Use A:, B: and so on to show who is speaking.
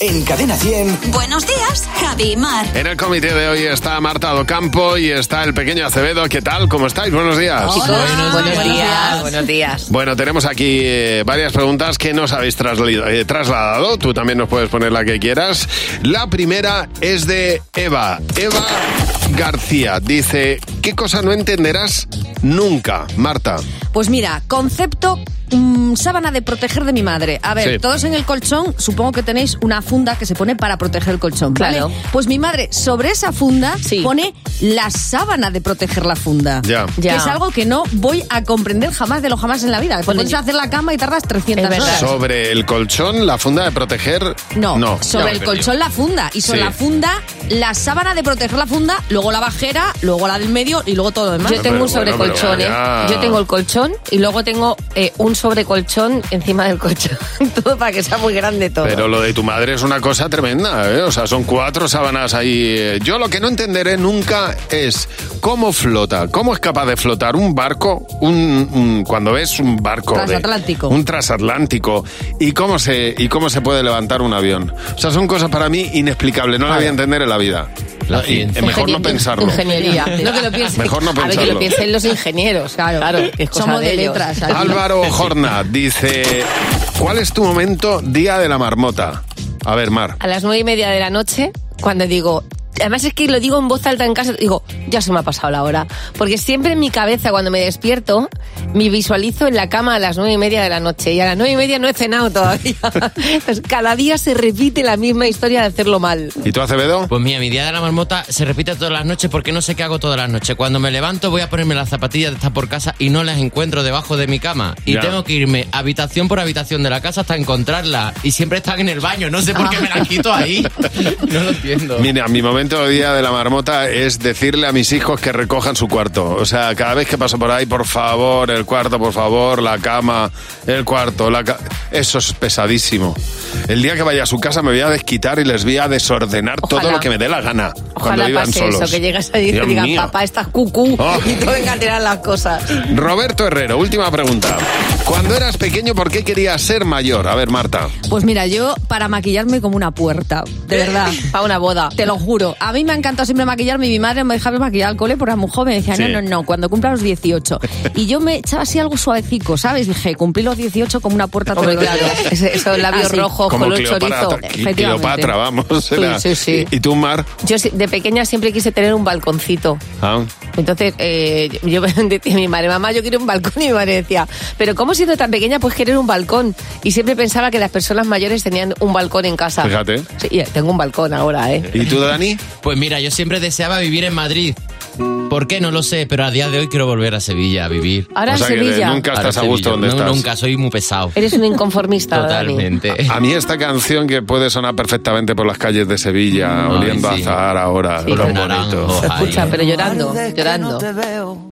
A: En Cadena 100.
B: Buenos días, Javi y Mar.
C: En el comité de hoy está Marta Docampo y está el pequeño Acevedo. ¿Qué tal? ¿Cómo estáis? Buenos días.
D: Buenos, días. Buenos días.
C: Bueno, tenemos aquí eh, varias preguntas que nos habéis trasli- eh, trasladado. Tú también nos puedes poner la que quieras. La primera es de Eva. Eva García dice, ¿qué cosa no entenderás nunca, Marta?
E: Pues mira, concepto mm, sábana de proteger de mi madre. A ver,
C: Sí.
E: todos en el colchón, supongo que tenéis una funda que se pone para proteger el colchón. ¿vale?
D: Claro.
E: Pues mi madre sobre esa funda
D: Sí.
E: pone la sábana de proteger la funda.
C: Ya.
E: Que
D: Ya.
E: es algo que no voy a comprender jamás de lo jamás en la vida.
D: Bueno,
E: Pones
D: yo-
E: a hacer la cama y tardas 300
D: Es verdad.
E: horas.
C: Sobre el colchón, la funda de proteger.
E: No,
C: Ya
E: sobre
C: me
E: el
C: he
E: colchón la funda. Y sobre
C: Sí.
E: la funda, la sábana de proteger la funda, luego la bajera, luego la del medio y luego todo lo demás.
D: Yo
C: pero
D: tengo un
C: bueno, pero
D: sobrecolchón, ¿eh?
C: ya.
D: Yo tengo el colchón y luego tengo eh, un sobrecolchón encima del colchón. todo para que sea muy grande todo.
C: Pero lo de tu madre es una cosa tremenda, ¿eh? O sea, son cuatro sábanas ahí. eh. Yo lo que no entenderé nunca es cómo flota, cómo es capaz de flotar un barco, un, un- cuando ves un barco. de-
E: Transatlántico.
C: un transatlántico. Y cómo, se, y cómo se puede levantar un avión. O sea, son cosas para mí inexplicables, no las voy a entender en la vida.
F: La
C: Y-
F: ciencia.
C: eh, mejor no
D: Ingenie-
C: pensarlo.
D: Ingeniería. No que lo piensen.
C: Mejor no
D: A ver, que
C: pensarlo.
D: lo piensen los ingenieros. Claro, claro. que es cosa
E: Somos de
D: ellos. Ah,
E: letras, aquí.
C: Álvaro Jorna dice, ¿cuál es tu momento día de la marmota? A ver, Mar.
D: A las nueve y media de la noche, cuando digo. Además es que lo digo en voz alta en casa, digo, ya se me ha pasado la hora. Porque siempre en mi cabeza, cuando me despierto, me visualizo en la cama a las nueve y media de la noche. Y a las nueve y media no he cenado todavía. Entonces, cada día se repite la misma historia de hacerlo mal.
C: ¿Y tú, Acevedo?
F: Pues mira, mi día de la marmota se repite todas las noches porque no sé qué hago todas las noches. Cuando me levanto voy a ponerme las zapatillas de estar por casa y no las encuentro debajo de mi cama. Y
C: Ya.
F: tengo que irme habitación por habitación de la casa hasta encontrarlas. Y siempre están en el baño, no sé por qué me las quito ahí. No lo entiendo.
C: Mira, mi momento de día de la marmota es decirle a mis hijos que recojan su cuarto. O sea, cada vez que paso por ahí, por favor, el cuarto, por favor, la cama, el cuarto, la ca- Eso es pesadísimo. El día que vaya a su casa me voy a desquitar y les voy a desordenar
D: Ojalá.
C: todo lo que me dé la gana cuando
D: Ojalá
C: vivan
D: pase
C: solos.
D: eso, que llegas ahí y te
C: Dios
D: digan,
C: mío.
D: papá, estás cucú,
C: Oh.
D: y tú venga a tirar las cosas.
C: Roberto Herrero, última pregunta. Cuando eras pequeño, ¿por qué querías ser mayor? A ver, Marta.
E: Pues mira, yo para maquillarme como una puerta, de verdad.
D: Para una boda.
E: Te lo juro. A mí me ha encantado siempre maquillarme y mi madre me dejaba maquillar al cole porque era muy joven. Decía,
C: Sí.
E: no, no, no, cuando cumpla los 18. Y yo me echaba así algo suavecico, ¿sabes? Dije, cumplí los 18 18 como una puerta todo
D: Hombre,
E: el día.
D: claro. Ese- esos labios
E: Así.
D: rojos,
C: Como
D: color
C: Cleopatra,
D: chorizo.
C: Cleopatra,
E: efectivamente.
C: vamos. era-
D: sí, sí.
C: ¿Y, y tú, Mar?
D: Yo si- de pequeña siempre quise tener un balconcito.
C: Ah.
D: Entonces, eh, yo decía a mi madre, mamá, yo quiero un balcón. Y mi madre decía, pero ¿cómo siendo tan pequeña puedes querer un balcón? Y siempre pensaba que las personas mayores tenían un balcón en casa.
C: Fíjate.
D: Sí, y tengo un balcón ahora, ¿eh?
C: ¿Y tú, Dani?
F: Pues mira, yo siempre deseaba vivir en Madrid. ¿Por qué? No lo sé, pero a día de hoy quiero volver a Sevilla a vivir.
D: Ahora
C: O sea
D: en
C: que de-
D: Sevilla.
C: nunca
F: Ahora
C: estás a
F: Sevilla.
C: gusto donde
F: No,
C: estás. Ah,
F: Nunca, soy muy pesado.
D: Eres un inconformista, Dani.
F: Totalmente.
C: A mí esta canción que puede sonar perfectamente por las calles de Sevilla,
F: Ay,
C: oliendo
F: sí.
C: a Zahara ahora,
D: Sí,
C: tan
F: con
C: bonito.
F: naranjos. Ay.
D: Escucha, pero llorando, llorando.